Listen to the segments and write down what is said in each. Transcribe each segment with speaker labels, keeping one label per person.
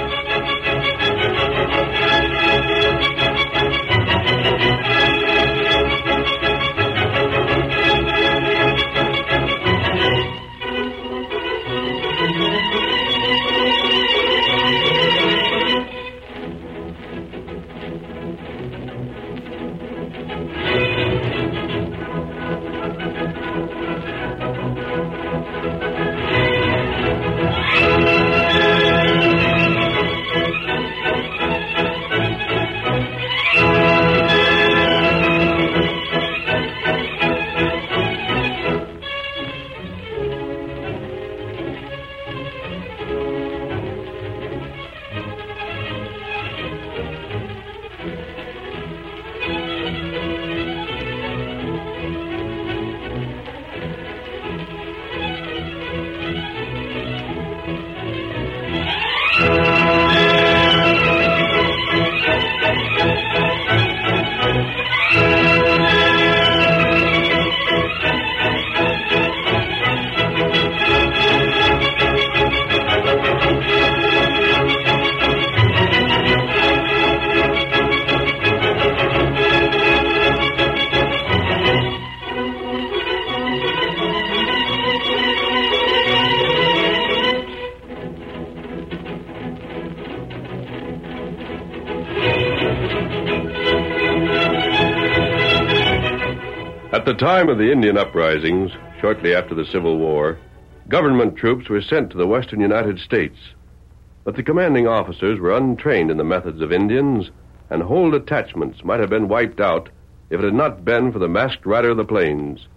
Speaker 1: At the time of the Indian uprisings, shortly after the Civil War, government troops were sent to the western United States. But the commanding officers were untrained in the methods of Indians, and whole detachments might have been wiped out if it had not been for the masked rider of the plains.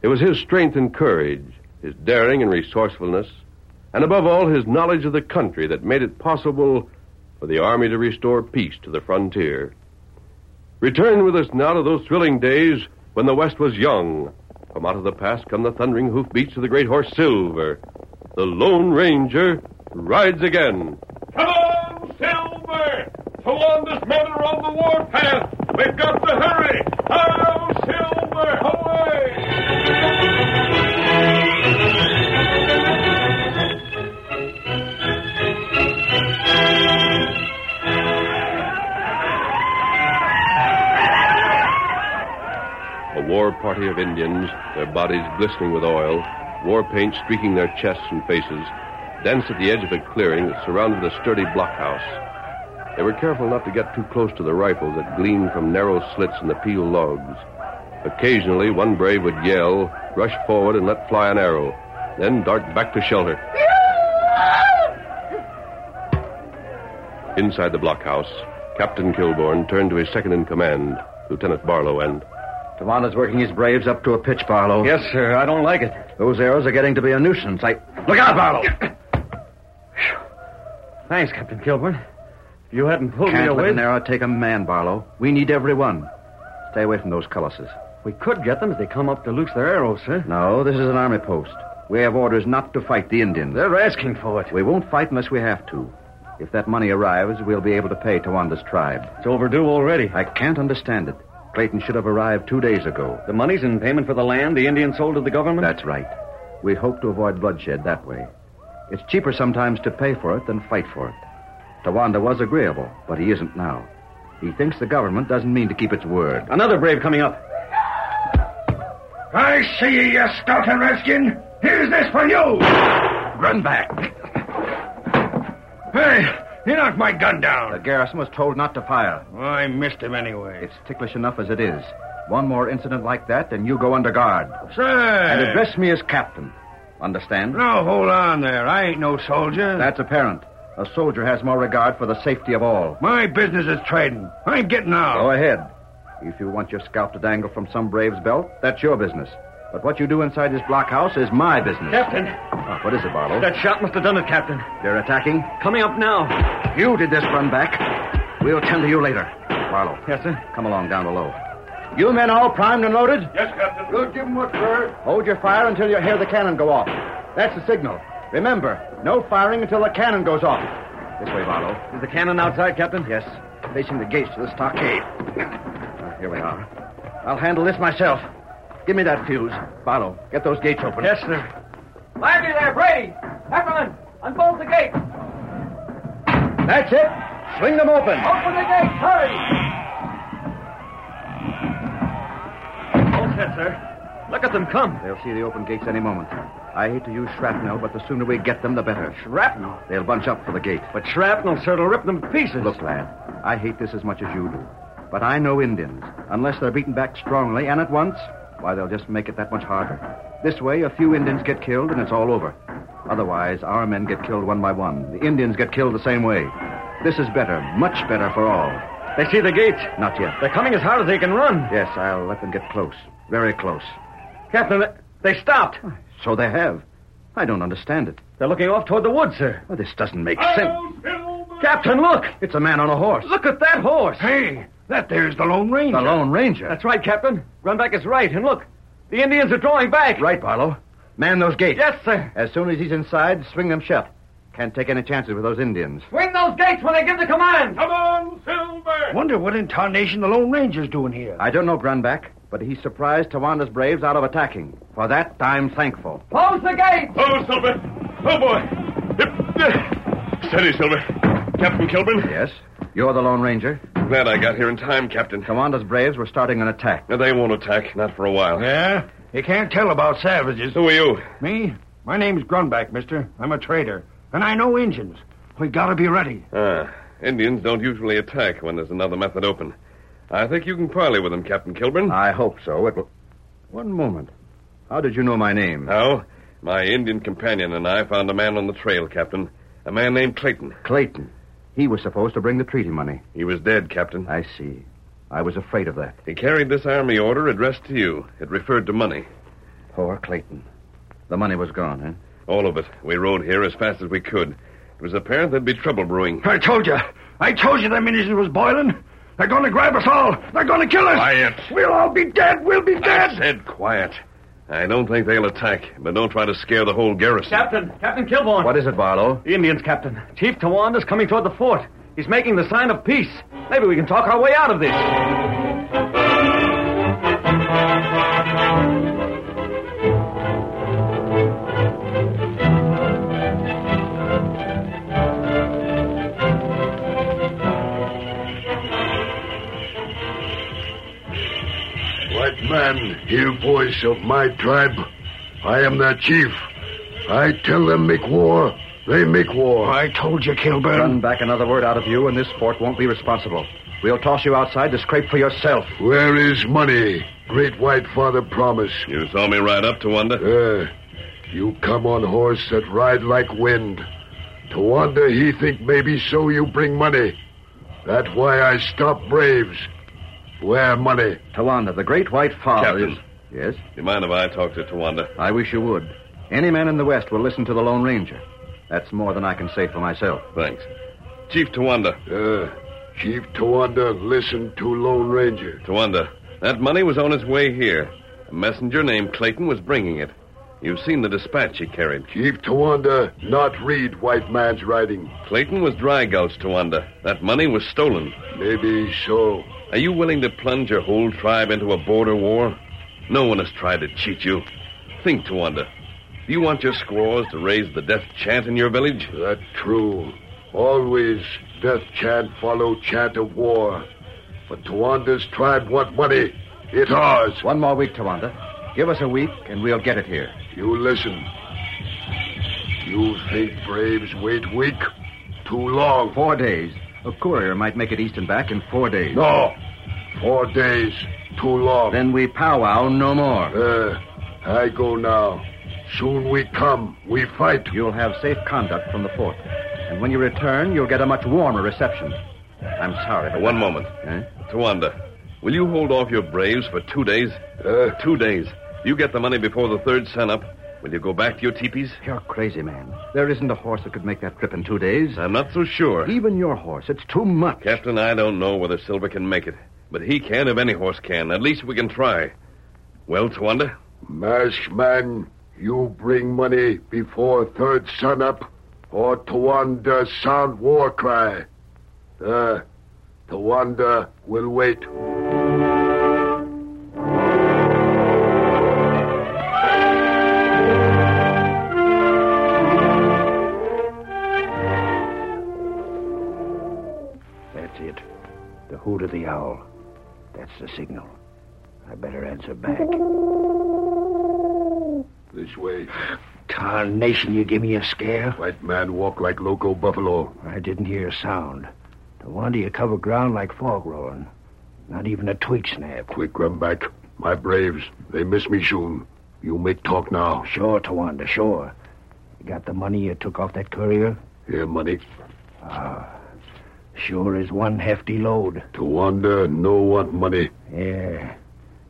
Speaker 1: It was his strength and courage, his daring and resourcefulness, and above all, his knowledge of the country that made it possible for the Army to restore peace to the frontier. Return with us now to those thrilling days when the West was young. From out of the past come the thundering hoofbeats of the great horse Silver. The Lone Ranger rides again. Come on, Silver! So on this matter on the warpath! We've got to hurry! Hail, Silver! Away! A war party of Indians, their bodies glistening with oil, war paint streaking their chests and faces, danced at the edge of a clearing that surrounded the sturdy blockhouse. They were careful not to get too close to the rifles that gleamed from narrow slits in the peeled logs. Occasionally, one brave would yell, rush forward, and let fly an arrow, then dart back to shelter. Inside the blockhouse, Captain Kilbourne turned to his second in command, Lieutenant Barlow, and
Speaker 2: Tawanda's working his braves up to a pitch, Barlow.
Speaker 3: Yes, sir. I don't like it.
Speaker 2: Those arrows are getting to be a nuisance. I look out, Barlow.
Speaker 3: Thanks, Captain Kilburn. If you hadn't pulled me
Speaker 2: Can't
Speaker 3: away,
Speaker 2: let an arrow take a man, Barlow. We need every one. Stay away from those colossus.
Speaker 3: we could get them if they come up to loose their arrows, sir.
Speaker 2: No, this is an army post. We have orders not to fight the Indians.
Speaker 3: They're asking for it.
Speaker 2: We won't fight unless we have to. If that money arrives, we'll be able to pay Tawanda's tribe.
Speaker 3: It's overdue already.
Speaker 2: I can't understand it. Clayton should have arrived two days ago.
Speaker 3: The money's in payment for the land the Indians sold to the government.
Speaker 2: That's right. We hope to avoid bloodshed that way. It's cheaper sometimes to pay for it than fight for it. Tawanda was agreeable, but he isn't now. He thinks the government doesn't mean to keep its word.
Speaker 3: Another brave coming up.
Speaker 4: I see you, you skulking redskin. Here's this for you.
Speaker 2: Run back!
Speaker 4: Hey, you knocked my gun down.
Speaker 2: The garrison was told not to fire.
Speaker 4: Well, I missed him anyway.
Speaker 2: It's ticklish enough as it is. One more incident like that, and you go under guard.
Speaker 4: Say.
Speaker 2: And address me as captain. Understand?
Speaker 4: Now, hold on there. I ain't no soldier.
Speaker 2: That's apparent. A soldier has more regard for the safety of all.
Speaker 4: My business is trading. I'm getting out.
Speaker 2: Go ahead. If you want your scalp to dangle from some brave's belt, that's your business. But what you do inside this blockhouse is my business.
Speaker 4: Captain!
Speaker 2: Oh, what is it, Barlow?
Speaker 4: That shot must have done it, Captain.
Speaker 2: They're attacking.
Speaker 4: Coming up now.
Speaker 2: You did this run back. We'll tend to you later. Barlow.
Speaker 4: Yes, sir.
Speaker 2: Come along down below. You men all primed and loaded?
Speaker 5: Yes, Captain. We'll give him what, sir?
Speaker 2: Hold your fire until you hear the cannon go off. That's the signal. Remember, no firing until the cannon goes off. This way, Barlow.
Speaker 4: Is the cannon outside, Captain?
Speaker 2: Yes, facing the gates to the stockade. Ah, here we are. I'll handle this myself. Give me that fuse. Barlow, get those gates open.
Speaker 4: Yes, sir.
Speaker 6: Lively there, Brady! Heffernan, unbolt the gate!
Speaker 2: That's it. Swing them open.
Speaker 6: Open the gate, hurry!
Speaker 4: All set, sir. Look at them come.
Speaker 2: They'll see the open gates any moment. I hate to use shrapnel, but the sooner we get them, the better.
Speaker 4: Shrapnel.
Speaker 2: They'll bunch up for the gate.
Speaker 4: But shrapnel, sir, will rip them to pieces.
Speaker 2: Look, lad, I hate this as much as you do. But I know Indians. Unless they're beaten back strongly and at once, why, they'll just make it that much harder. This way, a few Indians get killed and it's all over. Otherwise, our men get killed one by one. The Indians get killed the same way. This is better, much better for all.
Speaker 4: They see the gate.
Speaker 2: Not yet.
Speaker 4: They're coming as hard as they can run.
Speaker 2: Yes, I'll let them get close. Very close.
Speaker 4: Captain, they stopped.
Speaker 2: So they have. I don't understand it.
Speaker 4: They're looking off toward the woods, sir.
Speaker 2: Well, this doesn't make sense.
Speaker 4: Captain, look.
Speaker 2: It's a man on a horse.
Speaker 4: Look at that horse.
Speaker 5: Hey, that there's the Lone Ranger.
Speaker 2: The Lone Ranger.
Speaker 4: That's right, Captain. Run back is right, and look. The Indians are drawing back.
Speaker 2: right, Barlow. Man those gates.
Speaker 4: Yes, sir.
Speaker 2: As soon as he's inside, swing them shut. Can't take any chances with those Indians.
Speaker 6: Swing those gates when I give the command!
Speaker 5: Come on, Silver! Wonder what in tarnation the Lone Ranger's doing here.
Speaker 2: I don't know Grunback, but he surprised Tawanda's braves out of attacking. For that, I'm thankful.
Speaker 6: Close the gate!
Speaker 5: Oh, Silver! Oh, boy! Steady, Silver. Captain Kilburn?
Speaker 2: Yes? You're the Lone Ranger?
Speaker 1: Glad I got here in time, Captain.
Speaker 2: Tawanda's braves were starting an attack.
Speaker 1: Now, they won't attack, not for a while.
Speaker 5: Yeah? You can't tell about savages.
Speaker 1: Who are you?
Speaker 5: Me? My name's Grunback, mister. I'm a trader. And I know Injuns. We gotta be ready.
Speaker 1: Ah, Indians don't usually attack when there's another method open. I think you can parley with them, Captain Kilburn.
Speaker 2: I hope so. It will. One moment. How did you know my name?
Speaker 1: Now, my Indian companion and I found a man on the trail, Captain. A man named Clayton.
Speaker 2: Clayton. He was supposed to bring the treaty money.
Speaker 1: He was dead, Captain.
Speaker 2: I see. I was afraid of that.
Speaker 1: He carried this army order addressed to you. It referred to money.
Speaker 2: Poor Clayton. The money was gone, eh? huh?
Speaker 1: All of it. We rode here as fast as we could. It was apparent there'd be trouble brewing.
Speaker 5: I told you. I told you them Indians was boiling. They're gonna grab us all. They're gonna kill us.
Speaker 1: Quiet.
Speaker 5: We'll all be dead. We'll be
Speaker 1: I
Speaker 5: dead.
Speaker 1: said quiet. I don't think they'll attack, but don't try to scare the whole garrison.
Speaker 4: Captain, Captain Kilborn.
Speaker 2: What is it, Barlow?
Speaker 4: The Indians, Captain. Chief Tawanda's coming toward the fort. He's making the sign of peace. Maybe we can talk our way out of this.
Speaker 7: White man, hear voice of my tribe. I am their chief. I tell them make war, they make war.
Speaker 5: I told you, Kilburn.
Speaker 2: Run back another word out of you, and this fort won't be responsible. We'll toss you outside to scrape for yourself.
Speaker 7: Where is money? Great White Father promise.
Speaker 1: You saw me ride up to Wanda?
Speaker 7: Uh, you come on horse that ride like wind. To wander he think maybe so you bring money. That why I stop braves. Where money?
Speaker 2: Tawanda, the great white father.
Speaker 1: Captain.
Speaker 2: is- Yes?
Speaker 1: You mind if I talk to Tawanda?
Speaker 2: I wish you would. Any man in the West will listen to the Lone Ranger. That's more than I can say for myself.
Speaker 1: Thanks. Chief Tawanda.
Speaker 7: Uh, Chief Tawanda listen to Lone Ranger.
Speaker 1: Tawanda, that money was on its way here. A messenger named Clayton was bringing it. You've seen the dispatch he carried.
Speaker 7: Chief Tawanda not read white man's writing.
Speaker 1: Clayton was dry gulch, Tawanda. That money was stolen.
Speaker 7: Maybe so.
Speaker 1: Are you willing to plunge your whole tribe into a border war? No one has tried to cheat you. Think, Tawanda. Do you want your squaws to raise the death chant in your village?
Speaker 7: That true. Always death chant follow chant of war. But Tawanda's tribe want money. It ours.
Speaker 2: One more week, Tawanda. Give us a week, and we'll get it here.
Speaker 7: You listen. You think braves wait week? Too long.
Speaker 2: Four days. A courier might make it east and back in four days.
Speaker 7: No. Four days. Too long.
Speaker 2: Then we powwow no more.
Speaker 7: Uh, I go now. Soon we come. We fight.
Speaker 2: You'll have safe conduct from the fort. And when you return, you'll get a much warmer reception. I'm sorry. but- Eh?
Speaker 1: One moment.
Speaker 2: Huh?
Speaker 1: Tawanda, will you hold off your braves for two days?
Speaker 7: Uh,
Speaker 1: Two days. You get the money before the third sunup. Will you go back to your teepees?
Speaker 8: You're crazy, man. There isn't a horse that could make that trip in two days.
Speaker 2: Uh,
Speaker 1: I'm not so sure.
Speaker 8: Even your horse. It's too much.
Speaker 1: Captain, I don't know whether Silver can make it, but he can if any horse can. At least we can try. Well, Tawanda?
Speaker 7: Masked man, you bring money before third sunup, or Tawanda sound war cry. Uh, Tawanda will wait.
Speaker 2: That's it. The hoot of the owl. That's the signal. I better answer back.
Speaker 7: This way.
Speaker 2: Carnation, you give me a scare.
Speaker 7: White man walk like loco buffalo.
Speaker 2: I didn't hear a sound. No wonder you cover ground like fog rolling. Not even a twig snapped.
Speaker 7: Quick run back. My braves, they miss me soon. You make talk now.
Speaker 2: Sure, Tawanda, sure. You got the money you took off that courier?
Speaker 7: Here, money.
Speaker 2: Sure is one hefty load.
Speaker 7: Tawanda no want money.
Speaker 2: Yeah.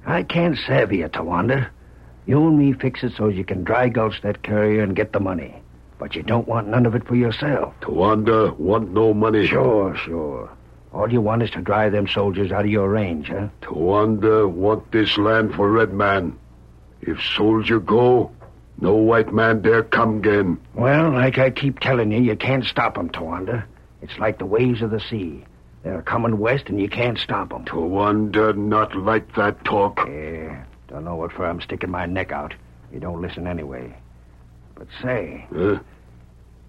Speaker 2: I can't savvy you, Tawanda. You and me fix it so you can dry gulch that courier and get the money. But you don't want none of it for yourself.
Speaker 7: Tawanda want no money.
Speaker 2: Sure, sure. All you want is to drive them soldiers out of your range, huh?
Speaker 7: Tawanda want this land for red man. If soldier go, no white man dare come again.
Speaker 2: Well, like I keep telling you, you can't stop 'em, Tawanda. It's like the waves of the sea. They're coming west and you can't stop 'em.
Speaker 7: Tawanda not like that talk.
Speaker 2: Yeah, Eh, don't know what for I'm sticking my neck out. You don't listen anyway. But say,
Speaker 7: Huh?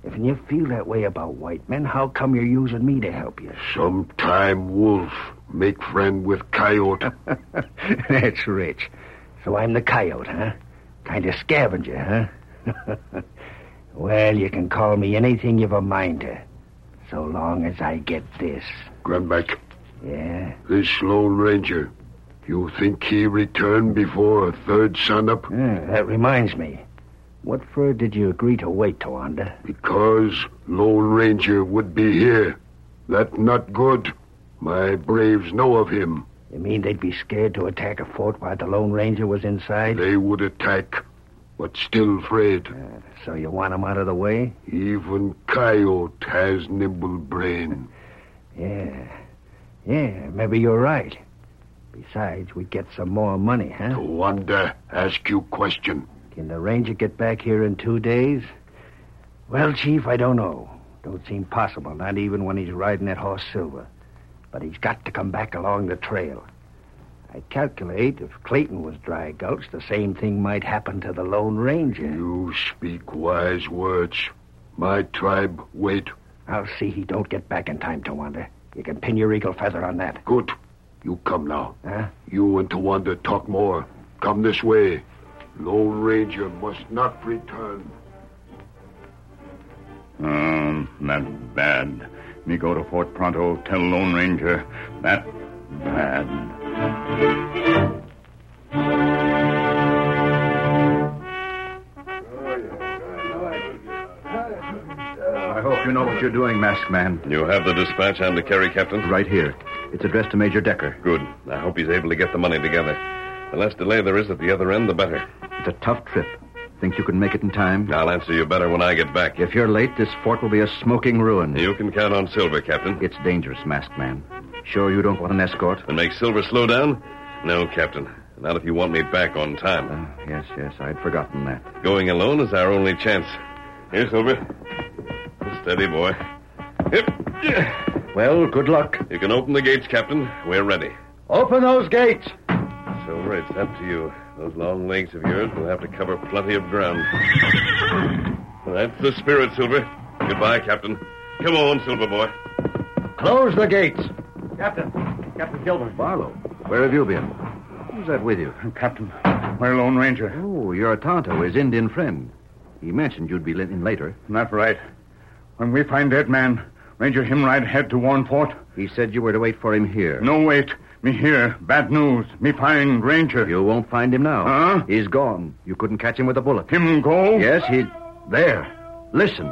Speaker 2: if you feel that way about white men, how come you're using me to help you?
Speaker 7: Sometime wolf make friend with coyote.
Speaker 2: That's rich. So I'm the coyote, huh? Kind of scavenger, huh? well, you can call me anything you've a mind to, so long as I get this.
Speaker 7: Grumback,
Speaker 2: Yeah?
Speaker 7: this Lone Ranger, you think he return before third sunup?
Speaker 2: Hmm, that reminds me. What for did you agree to wait, Tawanda?
Speaker 7: Because Lone Ranger would be here. That not good. My braves know of him.
Speaker 2: You mean they'd be scared to attack a fort while the Lone Ranger was inside?
Speaker 7: They would attack, but still afraid.
Speaker 2: So you want him out of the way?
Speaker 7: Even coyote has nimble brain.
Speaker 2: Yeah. Yeah, maybe you're right. Besides, we get some more money, huh?
Speaker 7: Wanda ask you question.
Speaker 2: Can the ranger get back here in two days? Well, Chief, I don't know. Don't seem possible, not even when he's riding that horse Silver. But he's got to come back along the trail. I calculate if Clayton was dry gulch, the same thing might happen to the Lone Ranger.
Speaker 7: You speak wise words. My tribe wait.
Speaker 2: I'll see he don't get back in time, Tawanda. You can pin your eagle feather on that.
Speaker 7: Good. You come now.
Speaker 2: Huh?
Speaker 7: You and Tawanda talk more. Come this way. Lone Ranger must not return.
Speaker 9: Um, that bad. Me go to Fort Pronto, tell Lone Ranger. That bad.
Speaker 8: I hope you know what you're doing, masked man.
Speaker 1: You have the dispatch I'm to carry, Captain?
Speaker 8: Right here. It's addressed to Major Decker.
Speaker 1: Good. I hope he's able to get the money together. The less delay there is at the other end, the better.
Speaker 8: It's a tough trip. Think you can make it in time?
Speaker 1: I'll answer you better when I get back.
Speaker 8: If you're late, this fort will be a smoking ruin.
Speaker 1: You can count on Silver, Captain.
Speaker 8: It's dangerous, masked man. Sure you don't want an escort?
Speaker 1: And make Silver slow down? No, Captain. Not if you want me back on time.
Speaker 8: Uh, yes, yes, I'd forgotten that.
Speaker 1: Going alone is our only chance. Here, Silver. Steady, boy. Yep.
Speaker 8: Well, good luck.
Speaker 1: You can open the gates, Captain. We're ready.
Speaker 4: Open those gates.
Speaker 1: Silver, it's up to you. Those long legs of yours will have to cover plenty of ground. That's the spirit, Silver. Goodbye, Captain. Come on, Silver boy.
Speaker 4: Close the gates.
Speaker 10: Captain. Captain Gilbert.
Speaker 8: Barlow, where have you been? Who's that with you?
Speaker 9: Captain, we're Lone Ranger.
Speaker 8: Oh, your Tonto, his Indian friend. He mentioned you'd be in later.
Speaker 9: Not right. When we find that man, Ranger him ride head to Warren Fort.
Speaker 8: He said you were to wait for him here.
Speaker 9: No wait. Me here. Bad news. Me find Ranger.
Speaker 8: You won't find him now.
Speaker 9: Huh?
Speaker 8: He's gone. You couldn't catch him with a bullet.
Speaker 9: Him go?
Speaker 8: Yes, he. There. Listen.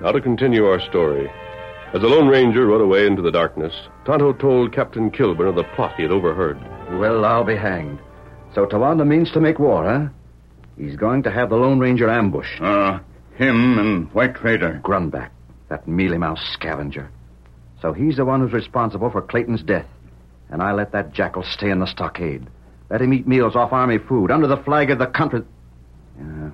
Speaker 1: Now to continue our story. As the Lone Ranger rode away into the darkness, Tonto told Captain Kilburn of the plot he had overheard.
Speaker 8: Well, I'll be hanged. So Tawanda means to make war, huh? He's going to have the Lone Ranger ambushed.
Speaker 9: Uh, him and White Trader.
Speaker 8: Grunback, that mealy mouse scavenger. So he's the one who's responsible for Clayton's death. And I let that jackal stay in the stockade. Let him eat meals off army food under the flag of the country. Yeah,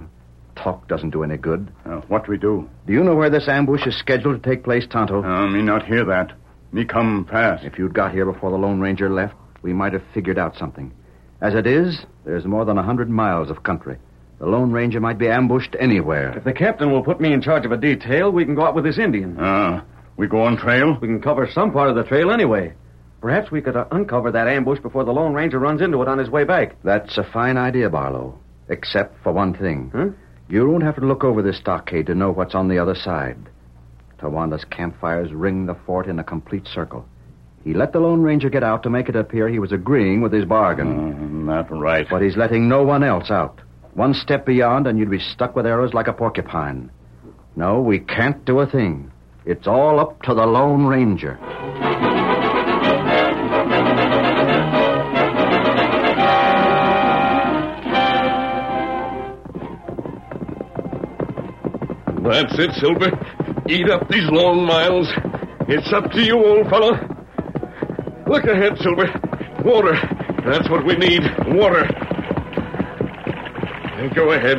Speaker 8: talk doesn't do any good.
Speaker 9: Uh, what we do?
Speaker 8: Do you know where this ambush is scheduled to take place, Tonto?
Speaker 9: Uh, me not hear that. Me come fast.
Speaker 8: If you'd got here before the Lone Ranger left, we might have figured out something. As it is, there's more than a hundred miles of country. The Lone Ranger might be ambushed anywhere.
Speaker 4: If the captain will put me in charge of a detail, we can go out with this Indian.
Speaker 9: Uh, we go on trail?
Speaker 4: We can cover some part of the trail anyway. Perhaps we could uh, uncover that ambush before the Lone Ranger runs into it on his way back.
Speaker 8: That's a fine idea, Barlow. Except for one thing.
Speaker 4: Huh?
Speaker 8: You won't have to look over this stockade to know what's on the other side. Tawanda's campfires ring the fort in a complete circle. He let the Lone Ranger get out to make it appear he was agreeing with his bargain.
Speaker 9: Mm, that right.
Speaker 8: But he's letting no one else out. One step beyond, and you'd be stuck with arrows like a porcupine. No, we can't do a thing. It's all up to the Lone Ranger.
Speaker 1: That's it, Silver. Eat up these long miles. It's up to you, old fellow. Look ahead, Silver. Water. That's what we need. Water. Go ahead.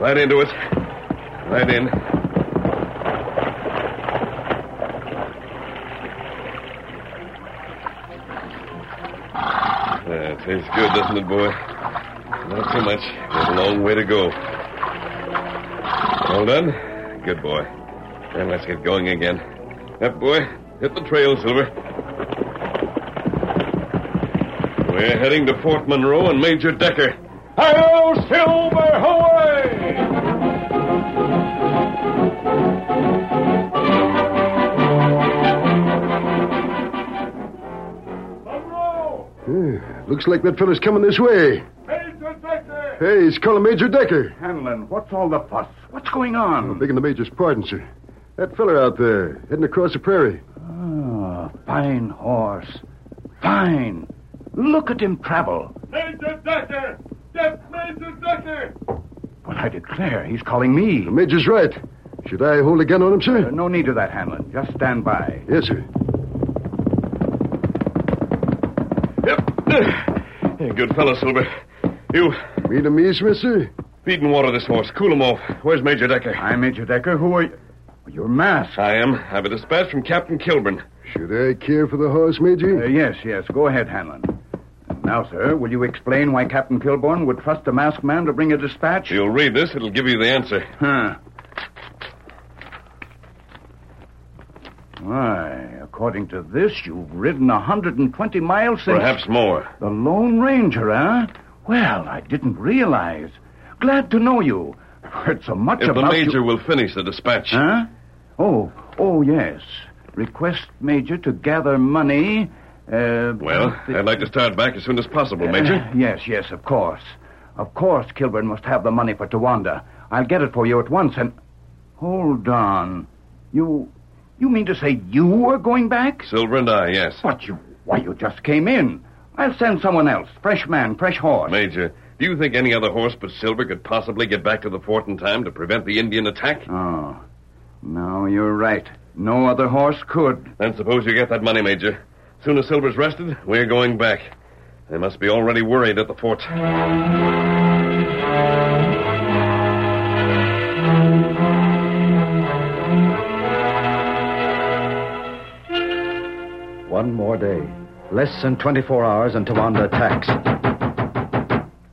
Speaker 1: Right into it. Right in. Yeah, it tastes good, doesn't it, boy? Not too much. There's a long way to go. All done? Good boy. Then let's get going again. Up, boy. Hit the trail, Silver. We're heading to Fort Monroe and Major Decker. Hello, Silver! Hoy!
Speaker 7: Hmm. Looks like that fellow's coming this way. Hey, he's calling Major Decker.
Speaker 9: Hanlon, what's all the fuss? What's going
Speaker 7: I'm
Speaker 9: on?
Speaker 7: begging the major's pardon, sir. That feller out there, heading across the prairie.
Speaker 9: Ah, fine horse. Fine. Look at him travel.
Speaker 11: Major Decker! Get Major Decker!
Speaker 9: Well, I declare, he's calling me.
Speaker 7: The major's right. Should I hold a gun on him,
Speaker 9: Uh,
Speaker 7: sir?
Speaker 9: No need of that, Hanlon. Just stand by.
Speaker 7: Yes, sir.
Speaker 1: Yep. Hey, good fellow, Silver. You,
Speaker 7: Meet him, me, Smith, sir?
Speaker 1: feed and water this horse. Cool him off. Where's Major Decker?
Speaker 9: I'm Major Decker. Who are you? You're masked.
Speaker 1: I am. I have a dispatch from Captain Kilburn.
Speaker 7: Should I care for the horse, Major?
Speaker 9: Uh, yes, yes. Go ahead, Hanlon. Now, sir, will you explain why Captain Kilborn would trust a masked man to bring a dispatch?
Speaker 1: You'll read this, it'll give you the answer.
Speaker 9: Huh. Why, according to this, you've ridden 120 miles since.
Speaker 1: Perhaps more.
Speaker 9: The Lone Ranger, eh? Well, I didn't realize. Glad to know you. Heard so much
Speaker 1: If the
Speaker 9: about
Speaker 1: Major
Speaker 9: you.
Speaker 1: will finish the dispatch.
Speaker 9: Huh? Oh, oh, yes. Request Major to gather money. Uh,
Speaker 1: Well,
Speaker 9: the-
Speaker 1: I'd like to start back as soon as possible, Major.
Speaker 9: Uh, yes, yes, of course. Of course, Kilburn must have the money for Tawanda. I'll get it for you at once and. Hold on. You.
Speaker 2: You mean to say you are going back?
Speaker 1: Silver and I, yes.
Speaker 2: But you. Why, you just came in. I'll send someone else. Fresh man, fresh horse.
Speaker 1: Major, do you think any other horse but Silver could possibly get back to the fort in time to prevent the Indian attack?
Speaker 2: Oh. No, you're right. No other horse could.
Speaker 1: Then suppose you get that money, Major. Soon as Silver's rested, we're going back. They must be already worried at the fort.
Speaker 8: One more day. Less than 24 hours and Tawanda attacks.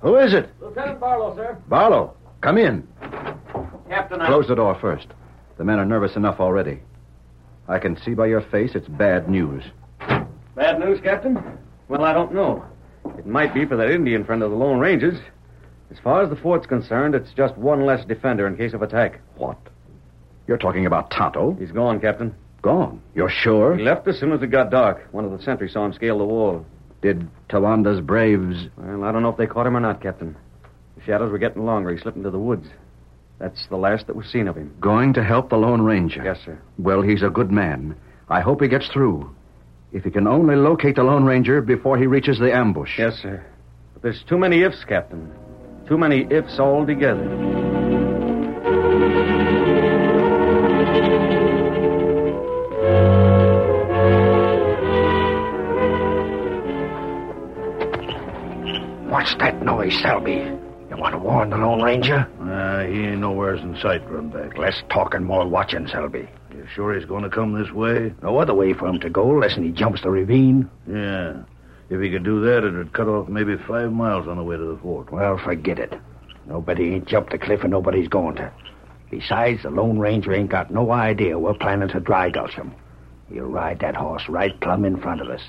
Speaker 8: Who is it?
Speaker 10: Lieutenant Barlow, sir.
Speaker 8: Barlow. Come in.
Speaker 10: Captain, I...
Speaker 8: Close the door first. The men are nervous enough already. I can see by your face it's bad news.
Speaker 4: Bad news, Captain? Well, I don't know. It might be for that Indian friend of the Lone Rangers. As far as the fort's concerned, it's just one less defender in case of attack.
Speaker 8: What? You're talking about Tonto?
Speaker 4: He's gone, Captain.
Speaker 8: Gone. You're sure?
Speaker 4: He left as soon as it got dark. One of the sentries saw him scale the wall.
Speaker 8: Did Tawanda's braves.
Speaker 4: Well, I don't know if they caught him or not, Captain. The shadows were getting longer. He slipped into the woods. That's the last that was seen of him.
Speaker 8: Going to help the Lone Ranger?
Speaker 4: Yes, sir.
Speaker 8: Well, he's a good man. I hope he gets through. If he can only locate the Lone Ranger before he reaches the ambush.
Speaker 4: Yes, sir. But there's too many ifs, Captain. Too many ifs all together.
Speaker 2: What's that noise, Selby? You want to warn the Lone Ranger?
Speaker 12: Uh, he ain't nowhere's in sight, Runback.
Speaker 2: Less talking, more watching, Selby.
Speaker 12: You sure he's going to come this way?
Speaker 2: No other way for him to go, less'n he jumps the ravine.
Speaker 12: Yeah. If he could do that, it'd cut off maybe five miles on the way to the fort.
Speaker 2: Well, forget it. Nobody ain't jumped the cliff, and nobody's going to. Besides, the Lone Ranger ain't got no idea we're planning to dry gulch him. He'll ride that horse right plumb in front of us.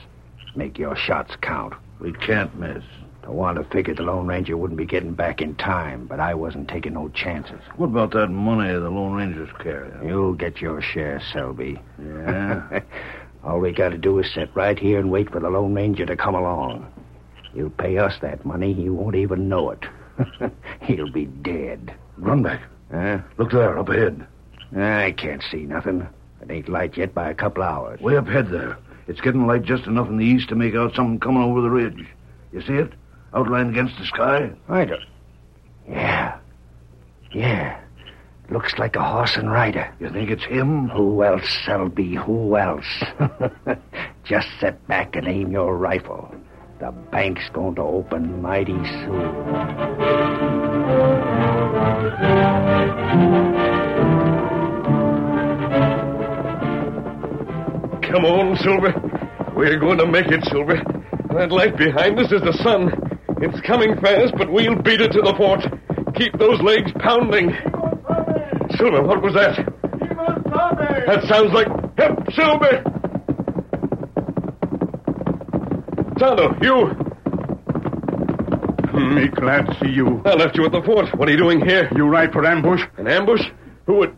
Speaker 2: Make your shots count.
Speaker 12: We can't miss.
Speaker 2: Tawanda figured the Lone Ranger wouldn't be getting back in time, but I wasn't taking no chances.
Speaker 12: What about that money the Lone Ranger's carrying?
Speaker 2: You'll get your share, Selby.
Speaker 12: Yeah?
Speaker 2: All we got to do is sit right here and wait for the Lone Ranger to come along. He'll pay us that money. He won't even know it. He'll be dead.
Speaker 12: Runback.
Speaker 2: Huh?
Speaker 12: Look there, up ahead.
Speaker 2: I can't see nothing. It ain't light yet by a couple hours.
Speaker 12: Way up ahead there. It's getting light just enough in the east to make out something coming over the ridge. You see it? Outlined against the sky?
Speaker 2: I don't. Yeah. Yeah. Looks like a horse and rider.
Speaker 12: You think it's him?
Speaker 2: Who else, Selby? Who else? Just sit back and aim your rifle. The bank's going to open mighty soon.
Speaker 1: Come on, Silver. We're going to make it, Silver. That light behind us is the sun. It's coming fast, but we'll beat it to the fort. Keep those legs pounding. Silver, what was that? That sounds like. Help, Silver! Tonto, you.
Speaker 13: Me glad to see you.
Speaker 1: I left you at the fort. What are you doing here?
Speaker 13: You ride for ambush?
Speaker 1: An ambush? Who would.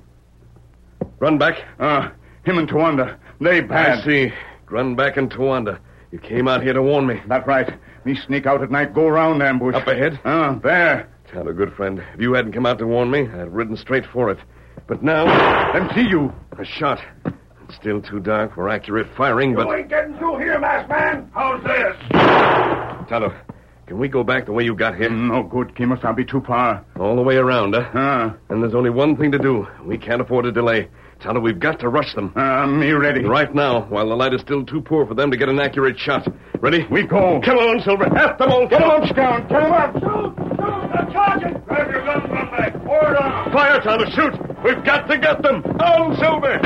Speaker 1: Run back?
Speaker 13: Ah, uh, him and Tawanda. They bad.
Speaker 1: I see. Grunback and Tawanda. You came out here to warn me.
Speaker 13: That's right. Me sneak out at night, go round ambush.
Speaker 1: Up ahead?
Speaker 13: Ah, uh, there.
Speaker 1: Tonto, good friend. If you hadn't come out to warn me, I'd ridden straight for it. But now.
Speaker 13: Them see you.
Speaker 1: A shot. It's still too dark for accurate firing, but.
Speaker 11: You ain't getting through here, masked man. How's this?
Speaker 1: Tonto, can we go back the way you got here?
Speaker 13: Mm, No good, Kimos. I'll be too far.
Speaker 1: All the way around, huh?
Speaker 13: Ah.
Speaker 1: Uh. And there's only one thing to do. We can't afford a delay. Tonto, we've got to rush them.
Speaker 13: Uh, me ready.
Speaker 1: Right now, while the light is still too poor for them to get an accurate shot. Ready?
Speaker 13: We go.
Speaker 1: Come on, Silver. At them all.
Speaker 13: Get them on, Scout. Get them up.
Speaker 11: Shoot! Shoot! They're charging! Grab your guns, run back. Pour it on.
Speaker 1: Fire, Tonto. Shoot! We've got to get them. On, Silver!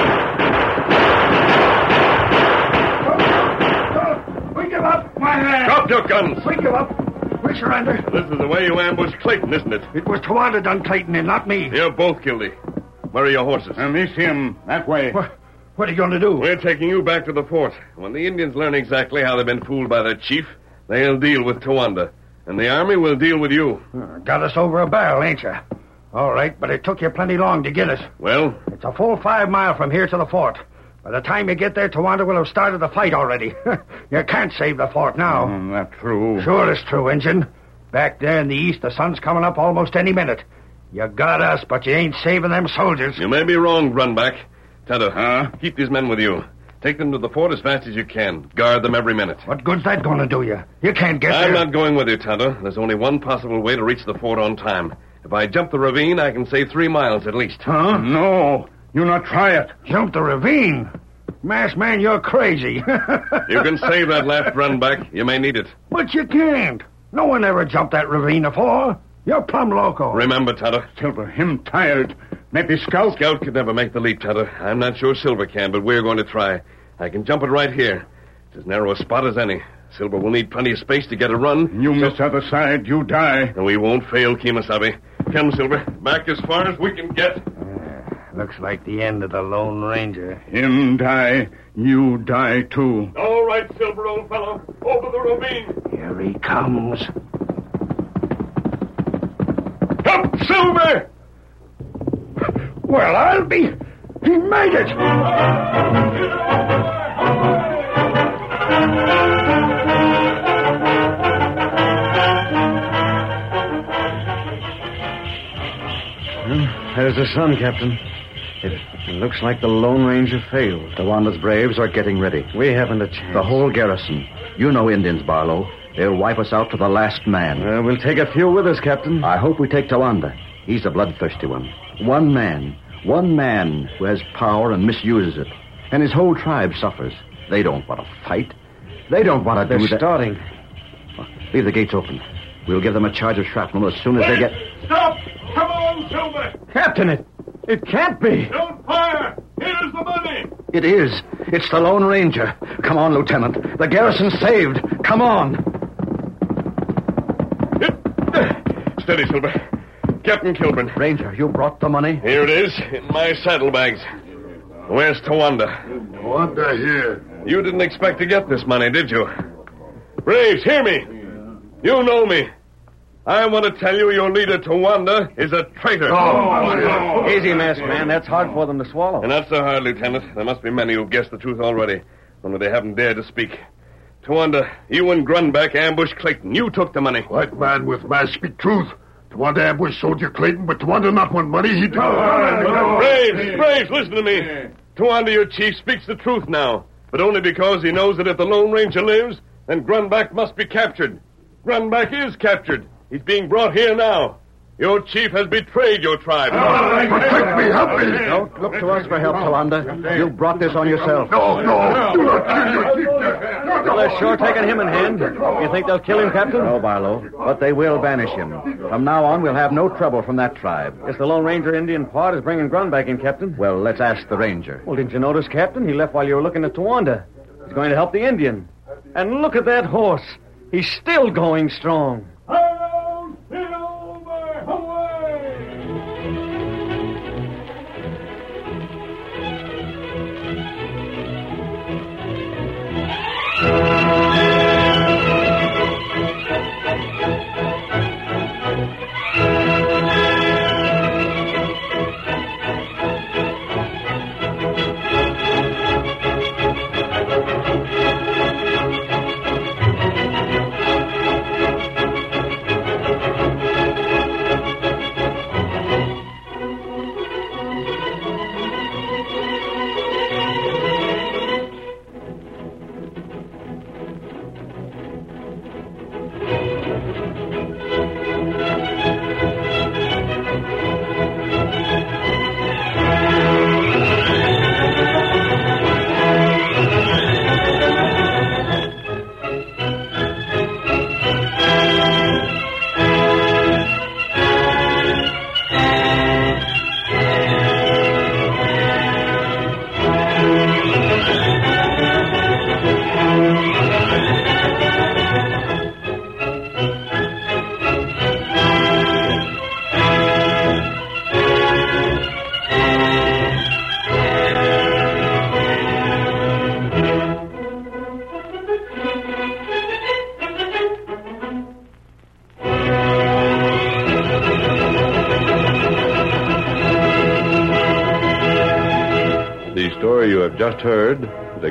Speaker 11: Don't, don't. We give up. My hand.
Speaker 1: Drop your guns.
Speaker 11: We give up. We surrender.
Speaker 1: This is the way you ambushed Clayton, isn't it?
Speaker 13: It was Tawanda done Clayton and not me.
Speaker 1: You're both guilty. Where are your horses?
Speaker 13: I miss him. That way.
Speaker 12: What, what are you going to do?
Speaker 1: We're taking you back to the fort. When the Indians learn exactly how they've been fooled by their chief, they'll deal with Tawanda. And the army will deal with you.
Speaker 2: Got us over a barrel, ain't you? All right, but it took you plenty long to get us.
Speaker 1: Well?
Speaker 2: It's a full five mile from here to the fort. By the time you get there, Tawanda will have started the fight already. you can't save the fort now.
Speaker 13: Mm, that's true.
Speaker 2: Sure it's true, Injun. Back there in the east, the sun's coming up almost any minute. You got us, but you ain't saving them soldiers.
Speaker 1: You may be wrong, Grunback. Tonto, huh? keep these men with you. Take them to the fort as fast as you can. Guard them every minute.
Speaker 2: What good's that going to do you? You can't get
Speaker 1: I'm
Speaker 2: there.
Speaker 1: not going with you, Tonto. There's only one possible way to reach the fort on time. If I jump the ravine, I can save three miles at least.
Speaker 12: Huh? No. You not try it. Jump the ravine. Masked man, you're crazy.
Speaker 1: You can save that last run back. You may need it.
Speaker 12: but you can't. No one ever jumped that ravine before. You're plumb loco.
Speaker 1: Remember, Tonto. Silver, him tired. Maybe Scout? Scout could never make the leap, Tonto. I'm not sure Silver can, but we're going to try. I can jump it right here. It's as narrow a spot as any. Silver will need plenty of space to get a run. You miss other side, you die. And we won't fail, Kemosabe. Come, Silver. Back as far as we can get.
Speaker 2: Looks like the end of the Lone Ranger.
Speaker 9: Him die, you die too.
Speaker 11: All right, Silver, old fellow. Over the ravine.
Speaker 2: Here he comes.
Speaker 11: Up, Silver!
Speaker 12: Well, I'll be. He made it.
Speaker 4: There's the sun, Captain. It looks like the Lone Ranger failed.
Speaker 8: The Wanda's Braves are getting ready.
Speaker 4: We haven't a chance.
Speaker 8: The whole garrison. You know Indians, Barlow. They'll wipe us out to the last man.
Speaker 4: we'll take a few with us, Captain.
Speaker 8: I hope we take Tawanda. He's a bloodthirsty one. One man. One man who has power and misuses it. And his whole tribe suffers. They don't want to fight. They don't want to
Speaker 4: They're
Speaker 8: do that.
Speaker 4: starting.
Speaker 8: Leave the gates open. We'll give them a charge of shrapnel as soon as they get.
Speaker 11: Stop! Come on, Silver!
Speaker 8: Captain, it. It can't be.
Speaker 11: Don't fire! Here's the money!
Speaker 8: It is. It's the Lone Ranger. Come on, Lieutenant. The garrison's saved. Come on.
Speaker 1: Steady, Silver. Captain Kilburn.
Speaker 8: Ranger, you brought the money?
Speaker 1: Here it is, in my saddlebags. Where's Tawanda?
Speaker 7: Tawanda here.
Speaker 1: You didn't expect to get this money, did you? Braves, hear me. You know me. I want to tell you your leader, Tawanda, is a traitor.
Speaker 7: Oh.
Speaker 4: Easy, masked man. That's hard for them to swallow.
Speaker 1: And not so hard, Lieutenant. There must be many who've guessed the truth already, only they haven't dared to speak. Tawanda, you and Grunbeck ambushed Clayton. You took the money.
Speaker 7: White man with mask speak truth. Tawanda ambush soldier Clayton, but Tawanda not want money. He took.
Speaker 1: Braves, Braves, listen to me. Tawanda, your chief, speaks the truth now, but only because he knows that if the Lone Ranger lives, then Grunback must be captured. Grunback is captured. He's being brought here now. Your chief has betrayed your tribe.
Speaker 7: Protect me, help me.
Speaker 8: Don't look to us for help, Tawanda. You brought this on yourself.
Speaker 7: No, Oh, no. Do not kill your chief.
Speaker 4: Well, they're sure taking him in hand. You think they'll kill him, Captain?
Speaker 8: No, Oh, Barlow. But they will banish him. From now on, we'll have no trouble from that tribe.
Speaker 4: Guess the Lone Ranger Indian part is bringing Grunback in, Captain.
Speaker 8: Well, let's ask the ranger.
Speaker 4: Well, didn't you notice, Captain? He left while you were looking at Tawanda. He's going to help the Indian. And look at that horse. He's still going strong.
Speaker 1: The story you have just heard is a